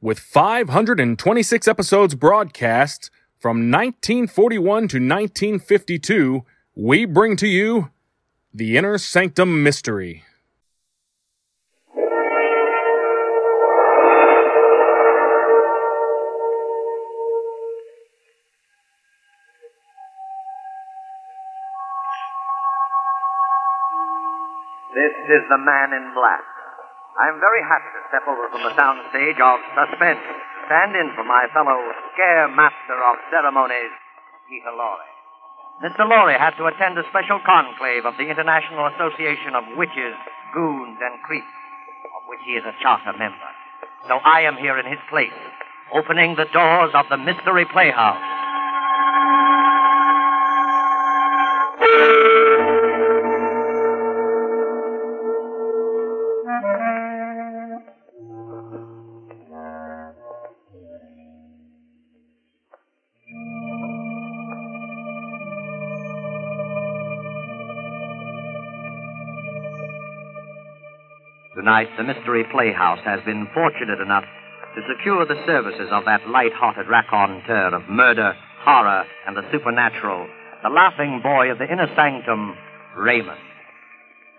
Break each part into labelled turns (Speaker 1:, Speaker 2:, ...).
Speaker 1: with 526 episodes broadcast from 1941 to 1952, we bring to you The Inner Sanctum Mystery.
Speaker 2: This is the man in black. I'm very happy to step over from the soundstage of suspense, stand in for my fellow scare master of ceremonies, Peter Lorre. Mr. Lorre had to attend a special conclave of the International Association of Witches, Goons, and Creeps, of which he is a charter member. So I am here in his place, opening the doors of the Mystery Playhouse. Tonight, the Mystery Playhouse has been fortunate enough to secure the services of that light-hearted raconteur of murder, horror, and the supernatural, the laughing boy of the inner sanctum, Raymond.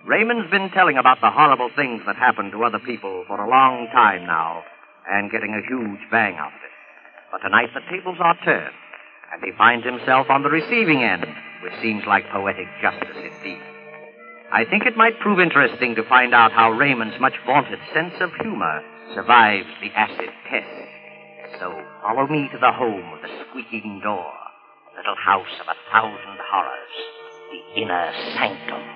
Speaker 2: Raymond's been telling about the horrible things that happen to other people for a long time now, and getting a huge bang out of it. But tonight the tables are turned, and he finds himself on the receiving end, which seems like poetic justice indeed. I think it might prove interesting to find out how Raymond's much vaunted sense of humor survives the acid test. So follow me to the home of the squeaking door, little house of a thousand horrors, the inner sanctum.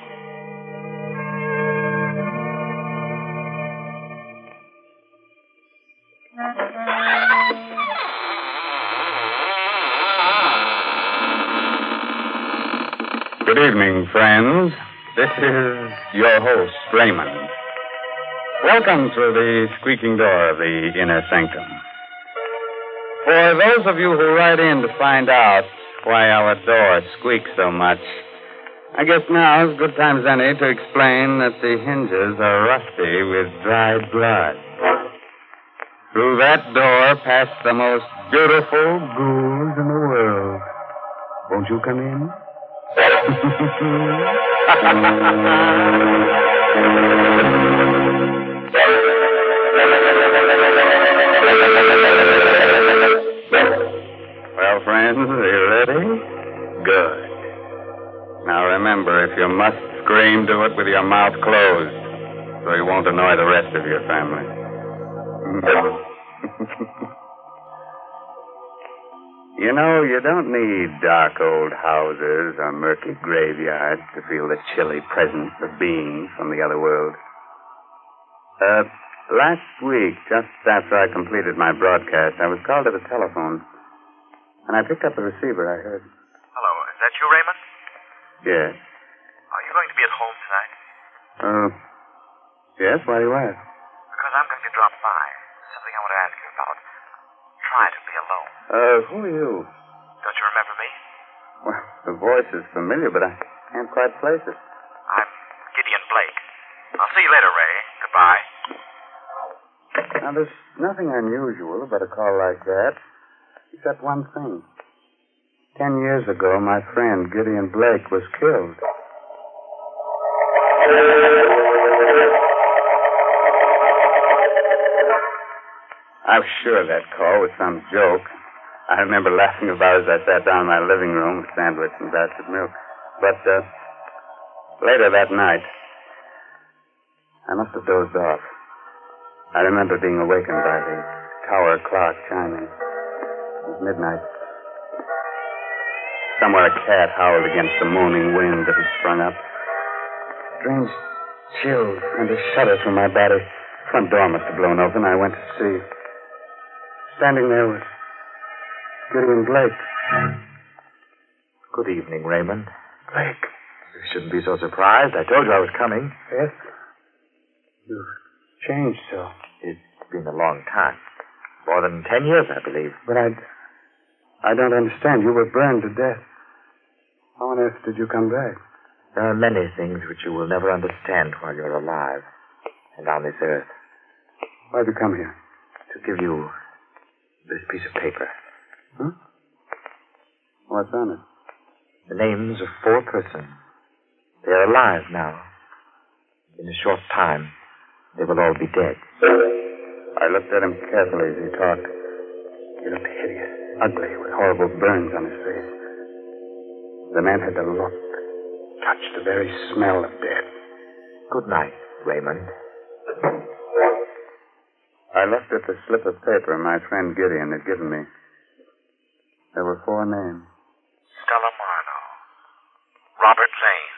Speaker 3: Good evening, friends. This is your host, Raymond. Welcome to the squeaking door of the inner sanctum. For those of you who write in to find out why our door squeaks so much, I guess now is good time as any to explain that the hinges are rusty with dried blood. Through that door passed the most beautiful ghouls in the world. Won't you come in? Well, friends, are you ready? Good. Now remember, if you must scream, do it with your mouth closed, so you won't annoy the rest of your family. you know, you don't need dark old houses or murky graveyards to feel the chilly presence of beings from the other world. Uh, last week, just after I completed my broadcast, I was called to the telephone. And I picked up the receiver. I heard,
Speaker 4: Hello, is that you, Raymond?
Speaker 3: yes.
Speaker 4: Are you going to be at home tonight?
Speaker 3: Uh, yes, why do you ask?
Speaker 4: Because I'm going to drop by. Something I want to ask you about. Try to be alone.
Speaker 3: Uh, who are you?
Speaker 4: Don't you remember me?
Speaker 3: Well, the voice is familiar, but I can't quite place it.
Speaker 4: I'm Gideon Blake. I'll see you later, Ray. Goodbye.
Speaker 3: Now, there's nothing unusual about a call like that, except one thing. Ten years ago, my friend Gideon Blake was killed. I'm sure that call was some joke. I remember laughing about it as I sat down in my living room with sandwich and glass of milk. But uh, later that night, I must have dozed off. I remember being awakened by the tower clock chiming. It was midnight. Somewhere a cat howled against the moaning wind that had sprung up. Strange chill and a shudder through my body. Front door must have blown open. I went to see. Standing there was
Speaker 5: Gideon Blake.
Speaker 6: Good evening, Raymond.
Speaker 5: Blake.
Speaker 6: You shouldn't be so surprised. I told you I was coming.
Speaker 5: Yes? You've changed so.
Speaker 6: It's been a long time. More than ten years, I believe.
Speaker 5: But I. I don't understand. You were burned to death. How on earth did you come back?
Speaker 6: There are many things which you will never understand while you're alive and on this earth.
Speaker 5: Why'd you come here?
Speaker 6: To give you this piece of paper.
Speaker 5: Huh? What's on it?
Speaker 6: The names of four persons. They are alive now. In a short time, they will all be dead.
Speaker 5: I looked at him carefully as he talked. He looked hideous, ugly, with horrible burns on his face. The man had the look, touched the very smell of death.
Speaker 6: Good night, Raymond.
Speaker 3: I looked at the slip of paper my friend Gideon had given me. There were four names.
Speaker 7: Stella Marno, Robert Lane,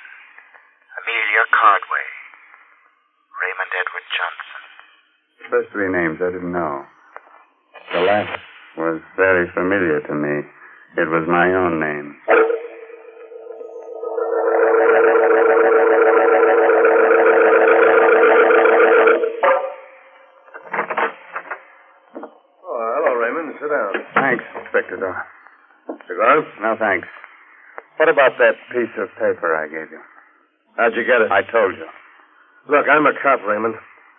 Speaker 7: Amelia Cardway, Raymond Edward Johnson.
Speaker 3: The first three names I didn't know. The last was very familiar to me. It was my own name.
Speaker 8: Oh, hello, Raymond. Sit down.
Speaker 3: Thanks, Inspector Dorr. Cigars? No, thanks. What about that piece of paper I gave you?
Speaker 8: How'd you get it?
Speaker 3: I told you.
Speaker 8: Look, I'm a cop, Raymond.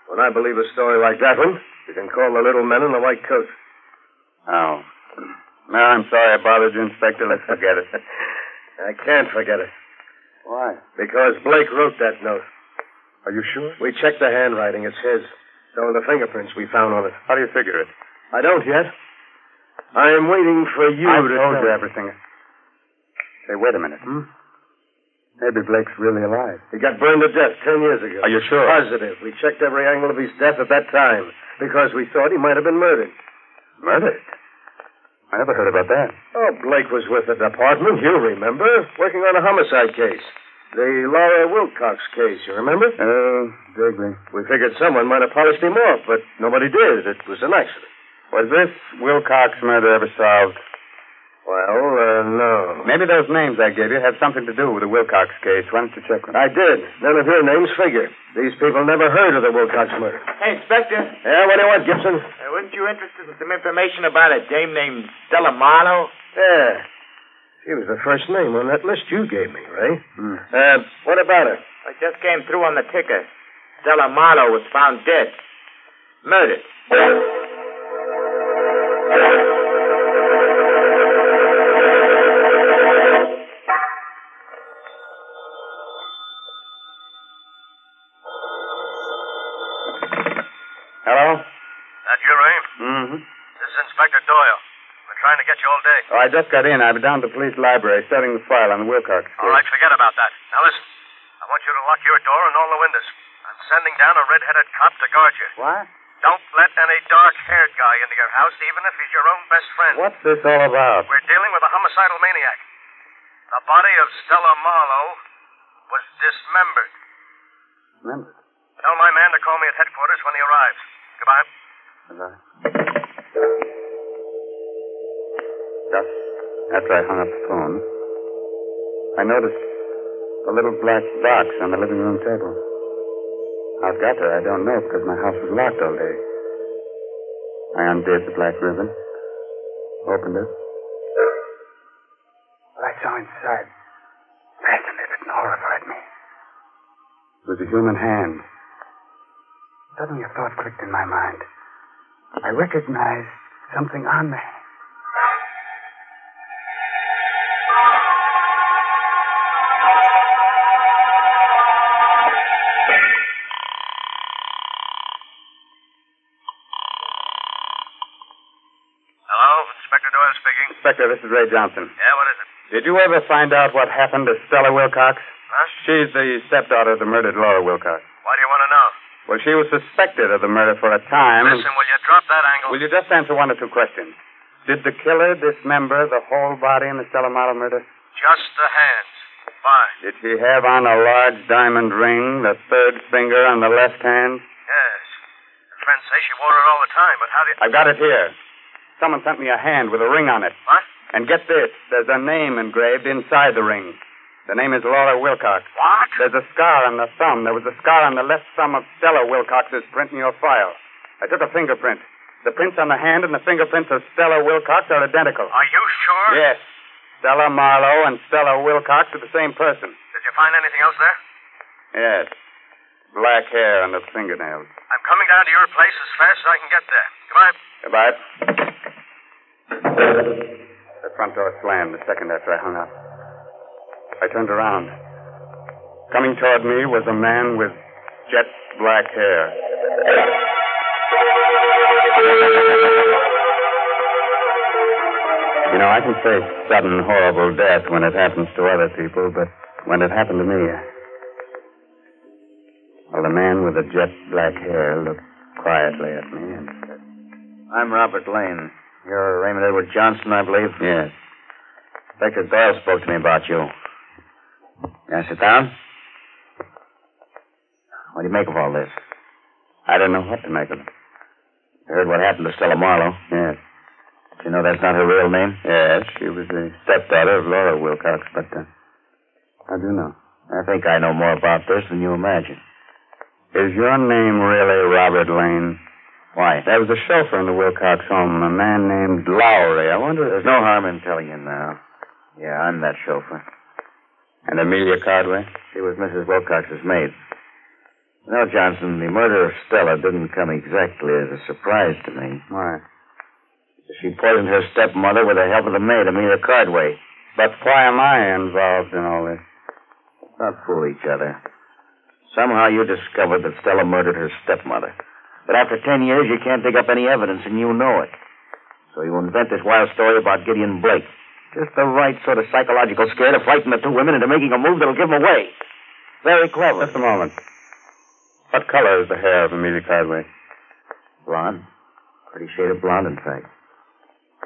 Speaker 8: When I believe a story like that one, you can call the little men in the white coats.
Speaker 3: Oh. No, I'm sorry I bothered you, Inspector. Let's forget it.
Speaker 8: I can't forget it.
Speaker 5: Why?
Speaker 8: Because Blake wrote that note.
Speaker 5: Are you sure?
Speaker 8: We checked the handwriting. It's his. So are the fingerprints we found on it.
Speaker 3: How do you figure it?
Speaker 8: I don't yet. I am waiting for you
Speaker 3: I
Speaker 8: to
Speaker 3: told
Speaker 8: tell
Speaker 3: you
Speaker 8: me.
Speaker 3: everything. Say, wait a minute.
Speaker 8: Hmm?
Speaker 5: Maybe Blake's really alive.
Speaker 8: He got burned to death ten years ago.
Speaker 3: Are you sure?
Speaker 8: Positive. We checked every angle of his death at that time because we thought he might have been murdered.
Speaker 3: Murdered? I never heard about that.
Speaker 8: Oh, Blake was with the department, you remember, working on a homicide case. The Laura Wilcox case, you remember?
Speaker 3: Oh, vaguely.
Speaker 8: We figured someone might have polished him off, but nobody did. It was an accident.
Speaker 3: Was this Wilcox murder ever solved?
Speaker 8: Well, uh, no.
Speaker 3: Maybe those names I gave you had something to do with the Wilcox case. Why don't you check them?
Speaker 8: I did. None of your names figure. These people never heard of the Wilcox murder.
Speaker 9: Hey, Inspector, uh,
Speaker 8: Yeah, what do you want, Gibson?
Speaker 9: weren't you interested in some information about a dame named Stella Marlowe?
Speaker 8: Yeah. She was the first name on that list you gave me, Ray.
Speaker 3: Hmm.
Speaker 8: Uh, what about her?
Speaker 9: I just came through on the ticker. Stella Marlowe was found dead. Murdered.
Speaker 3: Hello?
Speaker 7: That you, Ray?
Speaker 3: Mm-hmm.
Speaker 7: This is Inspector Doyle. We're trying to get you all day.
Speaker 3: Oh, I just got in. I've been down to the police library studying the file on the Wilcox case.
Speaker 7: All right, forget about that. Now listen, I want you to lock your door and all the windows. I'm sending down a red-headed cop to guard you.
Speaker 3: What?
Speaker 7: Don't let any dark-haired guy into your house, even if he's your own best friend.
Speaker 3: What's this all about?
Speaker 7: We're dealing with a homicidal maniac. The body of Stella Marlowe was dismembered.
Speaker 3: Remember.
Speaker 7: Tell my man to call me at headquarters when he arrives. Goodbye.
Speaker 3: Just after I hung up the phone, I noticed a little black box on the living room table. How it got there, I don't know, because my house was locked all day. I undid the black ribbon, opened it.
Speaker 5: What I saw inside fascinated and horrified me. It was a human hand. Suddenly a thought clicked in my mind. I recognized something on the hand.
Speaker 7: Hello, Inspector Doyle speaking.
Speaker 3: Inspector, this is Ray Johnson.
Speaker 7: Yeah, what is it?
Speaker 3: Did you ever find out what happened to Stella Wilcox?
Speaker 7: Huh?
Speaker 3: She's the stepdaughter of the murdered Laura Wilcox.
Speaker 7: Why do you want to know?
Speaker 3: Well, she was suspected of the murder for a time. and-
Speaker 7: Listen, will you drop that angle?
Speaker 3: Will you just answer one or two questions? Did the killer dismember the whole body in the Stella Model murder?
Speaker 7: Just the hands. Fine.
Speaker 3: Did she have on a large diamond ring, the third finger on the left hand?
Speaker 7: Yes. Your friends say she wore it all the time, but how do you...
Speaker 3: I've got it here.
Speaker 10: Someone sent me a hand with a ring on it.
Speaker 7: What?
Speaker 10: And get this there's a name engraved inside the ring. The name is Laura Wilcox.
Speaker 7: What?
Speaker 10: There's a scar on the thumb. There was a scar on the left thumb of Stella Wilcox's print in your file. I took a fingerprint. The prints on the hand and the fingerprints of Stella Wilcox are identical.
Speaker 7: Are you sure?
Speaker 10: Yes. Stella Marlowe and Stella Wilcox are the same person.
Speaker 7: Did you find anything else there?
Speaker 10: Yes. Black hair under the fingernails.
Speaker 7: I'm coming down to your place as fast as I can get there. Goodbye.
Speaker 10: Goodbye. The front door slammed the second after I hung up. I turned around. Coming toward me was a man with jet black hair. You know, I can face sudden, horrible death when it happens to other people, but when it happened to me, I- well, the man with the jet black hair looked quietly at me and said,
Speaker 3: I'm Robert Lane. You're Raymond Edward Johnson, I believe.
Speaker 10: Yes.
Speaker 3: Inspector Doyle spoke to me about you. Can I sit down? What do you make of all this?
Speaker 10: I don't know what to make of it.
Speaker 3: You heard what happened to Stella Marlowe.
Speaker 10: Yes.
Speaker 3: Do you know that's not her real name?
Speaker 10: Yes, she was the stepdaughter of Laura Wilcox, but uh, I do know.
Speaker 3: I think I know more about this than you imagine.
Speaker 10: Is your name really Robert Lane?
Speaker 3: Why?
Speaker 10: There was a chauffeur in the Wilcox home, a man named Lowry. I wonder.
Speaker 3: There's no harm in telling you now. Yeah, I'm that chauffeur.
Speaker 10: And Amelia Cardway?
Speaker 3: She was Mrs. Wilcox's maid. No, Johnson, the murder of Stella didn't come exactly as a surprise to me.
Speaker 10: Why?
Speaker 3: She poisoned her stepmother with the help of the maid, Amelia Cardway.
Speaker 10: But why am I involved in all this?
Speaker 3: Not fool each other. Somehow you discovered that Stella murdered her stepmother. But after ten years, you can't dig up any evidence, and you know it. So you invent this wild story about Gideon Blake. Just the right sort of psychological scare to frighten the two women into making a move that'll give them away. Very clever.
Speaker 10: Just a moment. What color is the hair of Amelia Cardway?
Speaker 3: Blonde. Pretty shade of blonde, in fact.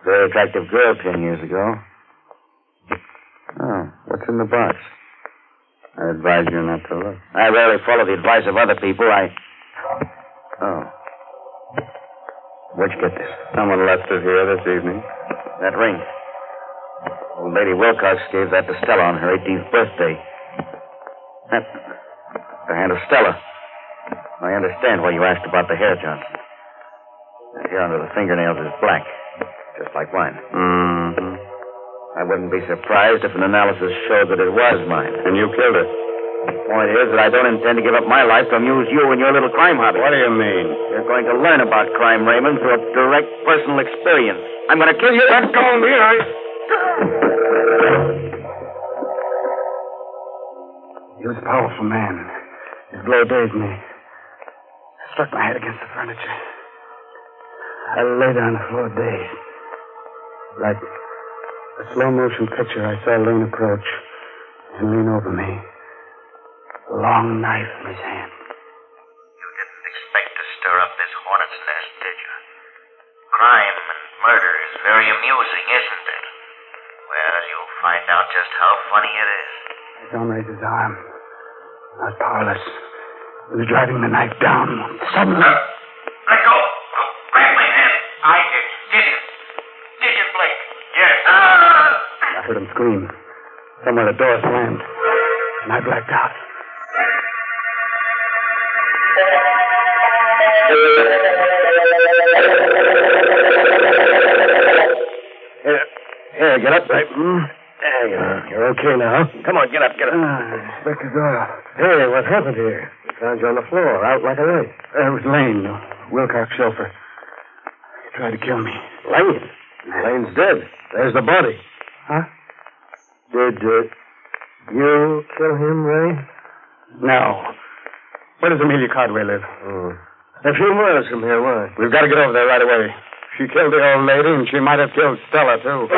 Speaker 3: Very attractive girl ten years ago. Oh, what's in the box?
Speaker 10: I advise you not to look.
Speaker 3: I rarely follow the advice of other people. I. Oh. Where'd you get this?
Speaker 10: Someone left it here this evening.
Speaker 3: That ring. Old Lady Wilcox gave that to Stella on her 18th birthday. That. The hand of Stella. I understand why you asked about the hair, Johnson. The hair under the fingernails is black, just like mine.
Speaker 10: Mm-hmm.
Speaker 3: I wouldn't be surprised if an analysis showed that it was mine.
Speaker 10: And you killed her.
Speaker 3: The point is that I don't intend to give up my life to amuse you and your little crime hobby.
Speaker 10: What do you mean?
Speaker 3: You're going to learn about crime, Raymond, through a direct personal experience. I'm going to kill you.
Speaker 10: Let go of me. I...
Speaker 11: He was a powerful man. His blow dazed me. I struck my head against the furniture. I lay there on the floor dazed. Like a slow motion picture, I saw Lean approach and lean over me. A long knife in his hand.
Speaker 2: You didn't expect to stir up this hornet's nest, did you? Crime and murder is very amusing, isn't it? Well, you'll find out just how funny it is.
Speaker 11: His arm raised his arm. I was powerless. He was driving the knife down. Suddenly.
Speaker 2: Uh, Let go! Don't grab my hand! I did. Did it? Did it, Blake? Yes.
Speaker 11: I heard him scream. Somewhere the door slammed, and I blacked out.
Speaker 3: Here, here, get up. Hmm? Right.
Speaker 11: There you are. You're okay now.
Speaker 3: Come on, get up, get up.
Speaker 11: Ah, Inspector Doyle. Hey, what happened here? We found you on the floor, out like a light. It was Lane, the Wilcox chauffeur. He tried to kill me.
Speaker 3: Lane. Lane's dead. There's the body.
Speaker 11: Huh?
Speaker 3: Did uh, you kill him, Ray?
Speaker 11: No. Where does Amelia Cardway live?
Speaker 3: Hmm. A few miles from here, why?
Speaker 10: We've got to get over there right away. She killed the old lady, and she might have killed Stella, too.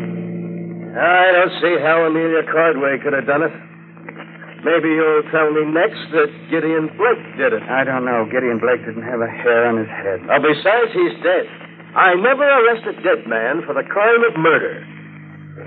Speaker 8: I don't see how Amelia Cardway could have done it. Maybe you'll tell me next that Gideon Blake did it.
Speaker 11: I don't know. Gideon Blake didn't have a hair on his head.
Speaker 8: Uh, besides, he's dead. I never arrest a dead man for the crime of murder.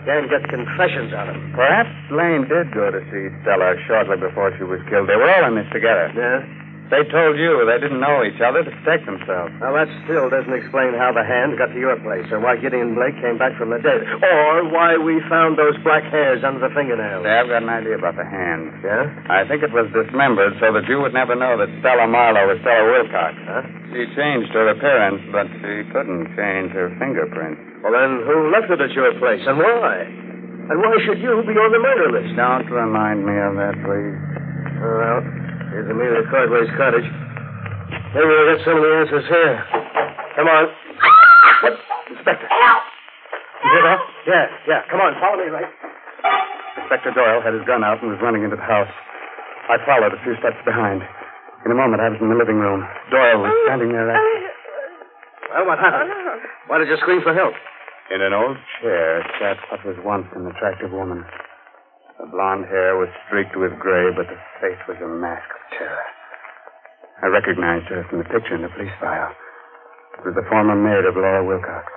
Speaker 7: Then get confessions out of them.
Speaker 3: Perhaps Lane did go to see Stella shortly before she was killed. They were all in this together.
Speaker 7: Yeah?
Speaker 3: They told you they didn't know each other to protect themselves.
Speaker 7: Now, that still doesn't explain how the hand got to your place, or why Gideon Blake came back from the dead, or why we found those black hairs under the fingernails.
Speaker 3: Yeah, I've got an idea about the hand.
Speaker 7: Yeah?
Speaker 3: I think it was dismembered so that you would never know that Stella Marlowe was Stella Wilcox.
Speaker 7: Huh?
Speaker 3: She changed her appearance, but she couldn't change her fingerprints.
Speaker 7: Well, then, who left it at your place, and why? And why should you be on the murder list?
Speaker 3: Don't remind me of that, please.
Speaker 7: Well, here's Amelia Cardway's cottage. Maybe we'll get some of the answers here. Come on. What? Inspector.
Speaker 12: Help!
Speaker 7: You hear that? Yeah, yeah. Come on, follow me, right?
Speaker 3: Inspector Doyle had his gun out and was running into the house. I followed a few steps behind. In a moment, I was in the living room. Doyle was standing there at...
Speaker 7: Well, what happened? Why did you scream for help?
Speaker 3: In an old chair sat what was once an attractive woman. Her blonde hair was streaked with gray, but the face was a mask of terror. I recognized her from the picture in the police file. It was the former maid of Laura Wilcox,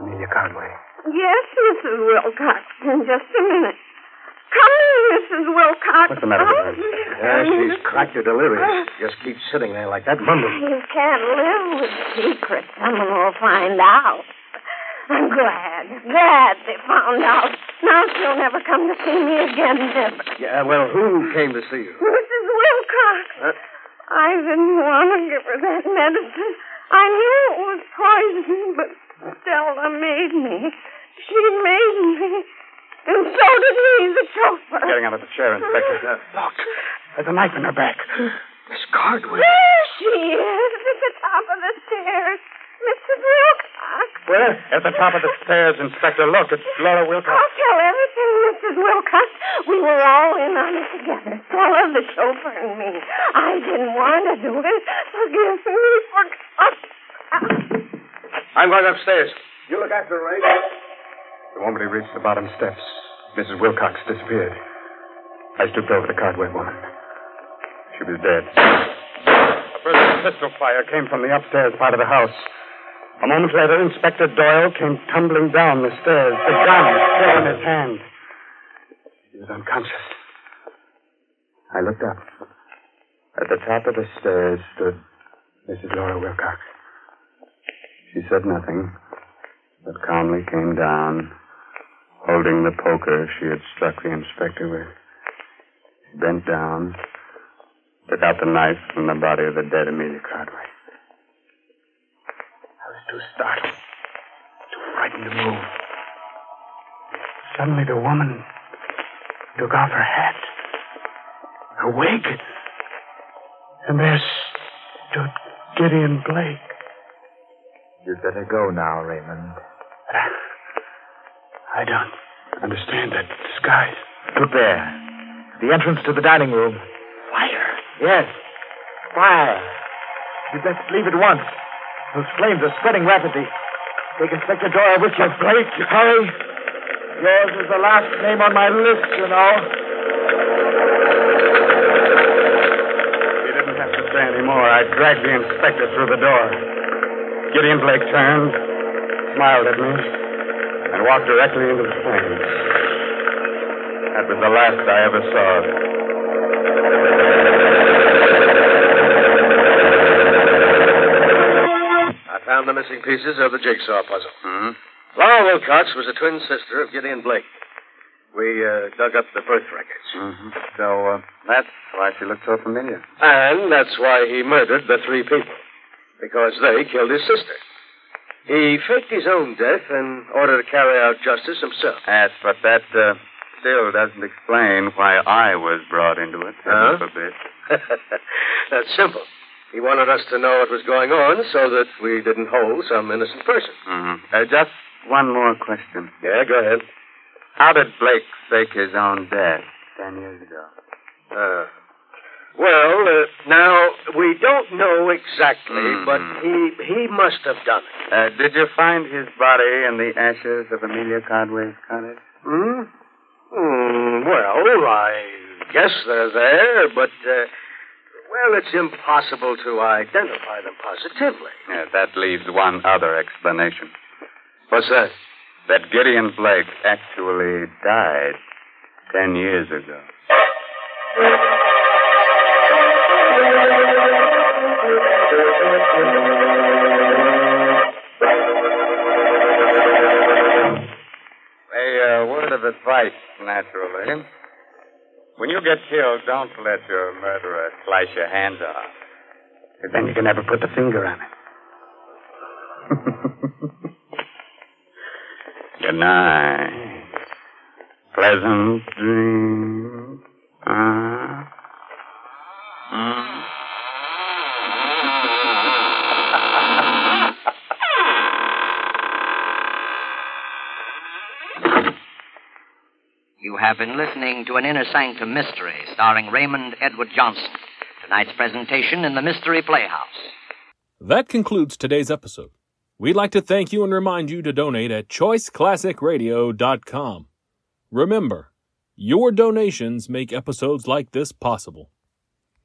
Speaker 3: Amelia Conway.
Speaker 12: Yes, Mrs. Wilcox, in just a minute. Come in, Mrs. Wilcox.
Speaker 3: What's the matter with her?
Speaker 7: Yeah, she's cracked or delirious. Just keeps sitting there like that, mumbling.
Speaker 12: You can't live with secrets. Someone will find out. I'm glad, glad they found out. Now she'll never come to see me again, Deb.
Speaker 7: Yeah, well, who came to see you?
Speaker 12: Mrs. Wilcox,
Speaker 7: Huh?
Speaker 12: I didn't want to give her that medicine. I knew it was poison, but Stella made me. She made me. And so did he, the chauffeur.
Speaker 3: Getting out of the chair, Inspector.
Speaker 7: Look,
Speaker 3: There's a knife in her back.
Speaker 7: Miss Cardway.
Speaker 12: There she is, at the top of the stairs. Mrs. Wilcox.
Speaker 3: Where? At the top of the stairs, Inspector. Look, it's Laura Wilcox.
Speaker 12: I'll tell everything, Mrs. Wilcox. We were all in on it together. Stella, the chauffeur, and me. I didn't want to do it. Forgive me for...
Speaker 7: I'm going upstairs. You look after her, right?
Speaker 3: The moment he reached the bottom steps, Mrs. Wilcox disappeared. I stooped over the Cardway woman. She was dead. A burst of pistol fire came from the upstairs part of the house. A moment later, Inspector Doyle came tumbling down the stairs, the gun still in his hand. He was unconscious. I looked up. At the top of the stairs stood Mrs. Laura Wilcox. She said nothing, but calmly came down, holding the poker she had struck the inspector with. She bent down, took out the knife from the body of the dead Amelia Cardway. I was too startled, too frightened to move.
Speaker 8: Suddenly, the woman took off her hat, her wig, and there stood Gideon Blake.
Speaker 13: You'd better go now, Raymond.
Speaker 8: But I, I don't understand that disguise.
Speaker 13: Look there. The entrance to the dining room.
Speaker 8: Fire.
Speaker 13: Yes. Fire. You'd best leave at once. Those flames are spreading rapidly. Take Inspector Doyle with you. Blake, hurry. Yours is the last name on my list, you know.
Speaker 3: He didn't have to say any more. I dragged the inspector through the door. Gideon Blake turned, smiled at me, and walked directly into the flames. That was the last I ever saw of him.
Speaker 7: I found the missing pieces of the jigsaw puzzle.
Speaker 3: Hmm?
Speaker 7: Laura Wilcox was a twin sister of Gideon Blake. We uh, dug up the birth records.
Speaker 3: Mm-hmm. So uh, that's why she looked so familiar.
Speaker 7: And that's why he murdered the three people. Because they killed his sister. He faked his own death in order to carry out justice himself.
Speaker 3: Yes, but that uh, still doesn't explain why I was brought into it.
Speaker 7: Huh?
Speaker 3: heaven forbid.
Speaker 7: That's simple. He wanted us to know what was going on so that we didn't hold some innocent person.
Speaker 3: Mhm. Uh, just one more question.
Speaker 7: Yeah, go ahead.
Speaker 3: How did Blake fake his own death ten years ago?
Speaker 7: Uh, well, uh, now we don't know exactly,
Speaker 3: Mhm.
Speaker 7: but he he must have done it.
Speaker 3: Uh, did you find his body in the ashes of Amelia Cardway's cottage?
Speaker 7: Hmm. Hmm. Well, I guess they're there, but uh, well, it's impossible to identify them positively.
Speaker 3: Yes, that leaves one other explanation.
Speaker 7: What's that?
Speaker 3: that Gideon Blake actually died ten years ago. A uh, word of advice, naturally. When you get killed, don't let your murderer slice your hands off.
Speaker 8: Then you can never put the finger on it.
Speaker 3: Good night. Pleasant dreams. Ah. Mm.
Speaker 2: You have been listening to an Inner Sanctum Mystery starring Raymond Edward Johnson. Tonight's presentation in the Mystery Playhouse.
Speaker 1: That concludes today's episode. We'd like to thank you and remind you to donate at choiceclassicradio.com. Remember, your donations make episodes like this possible.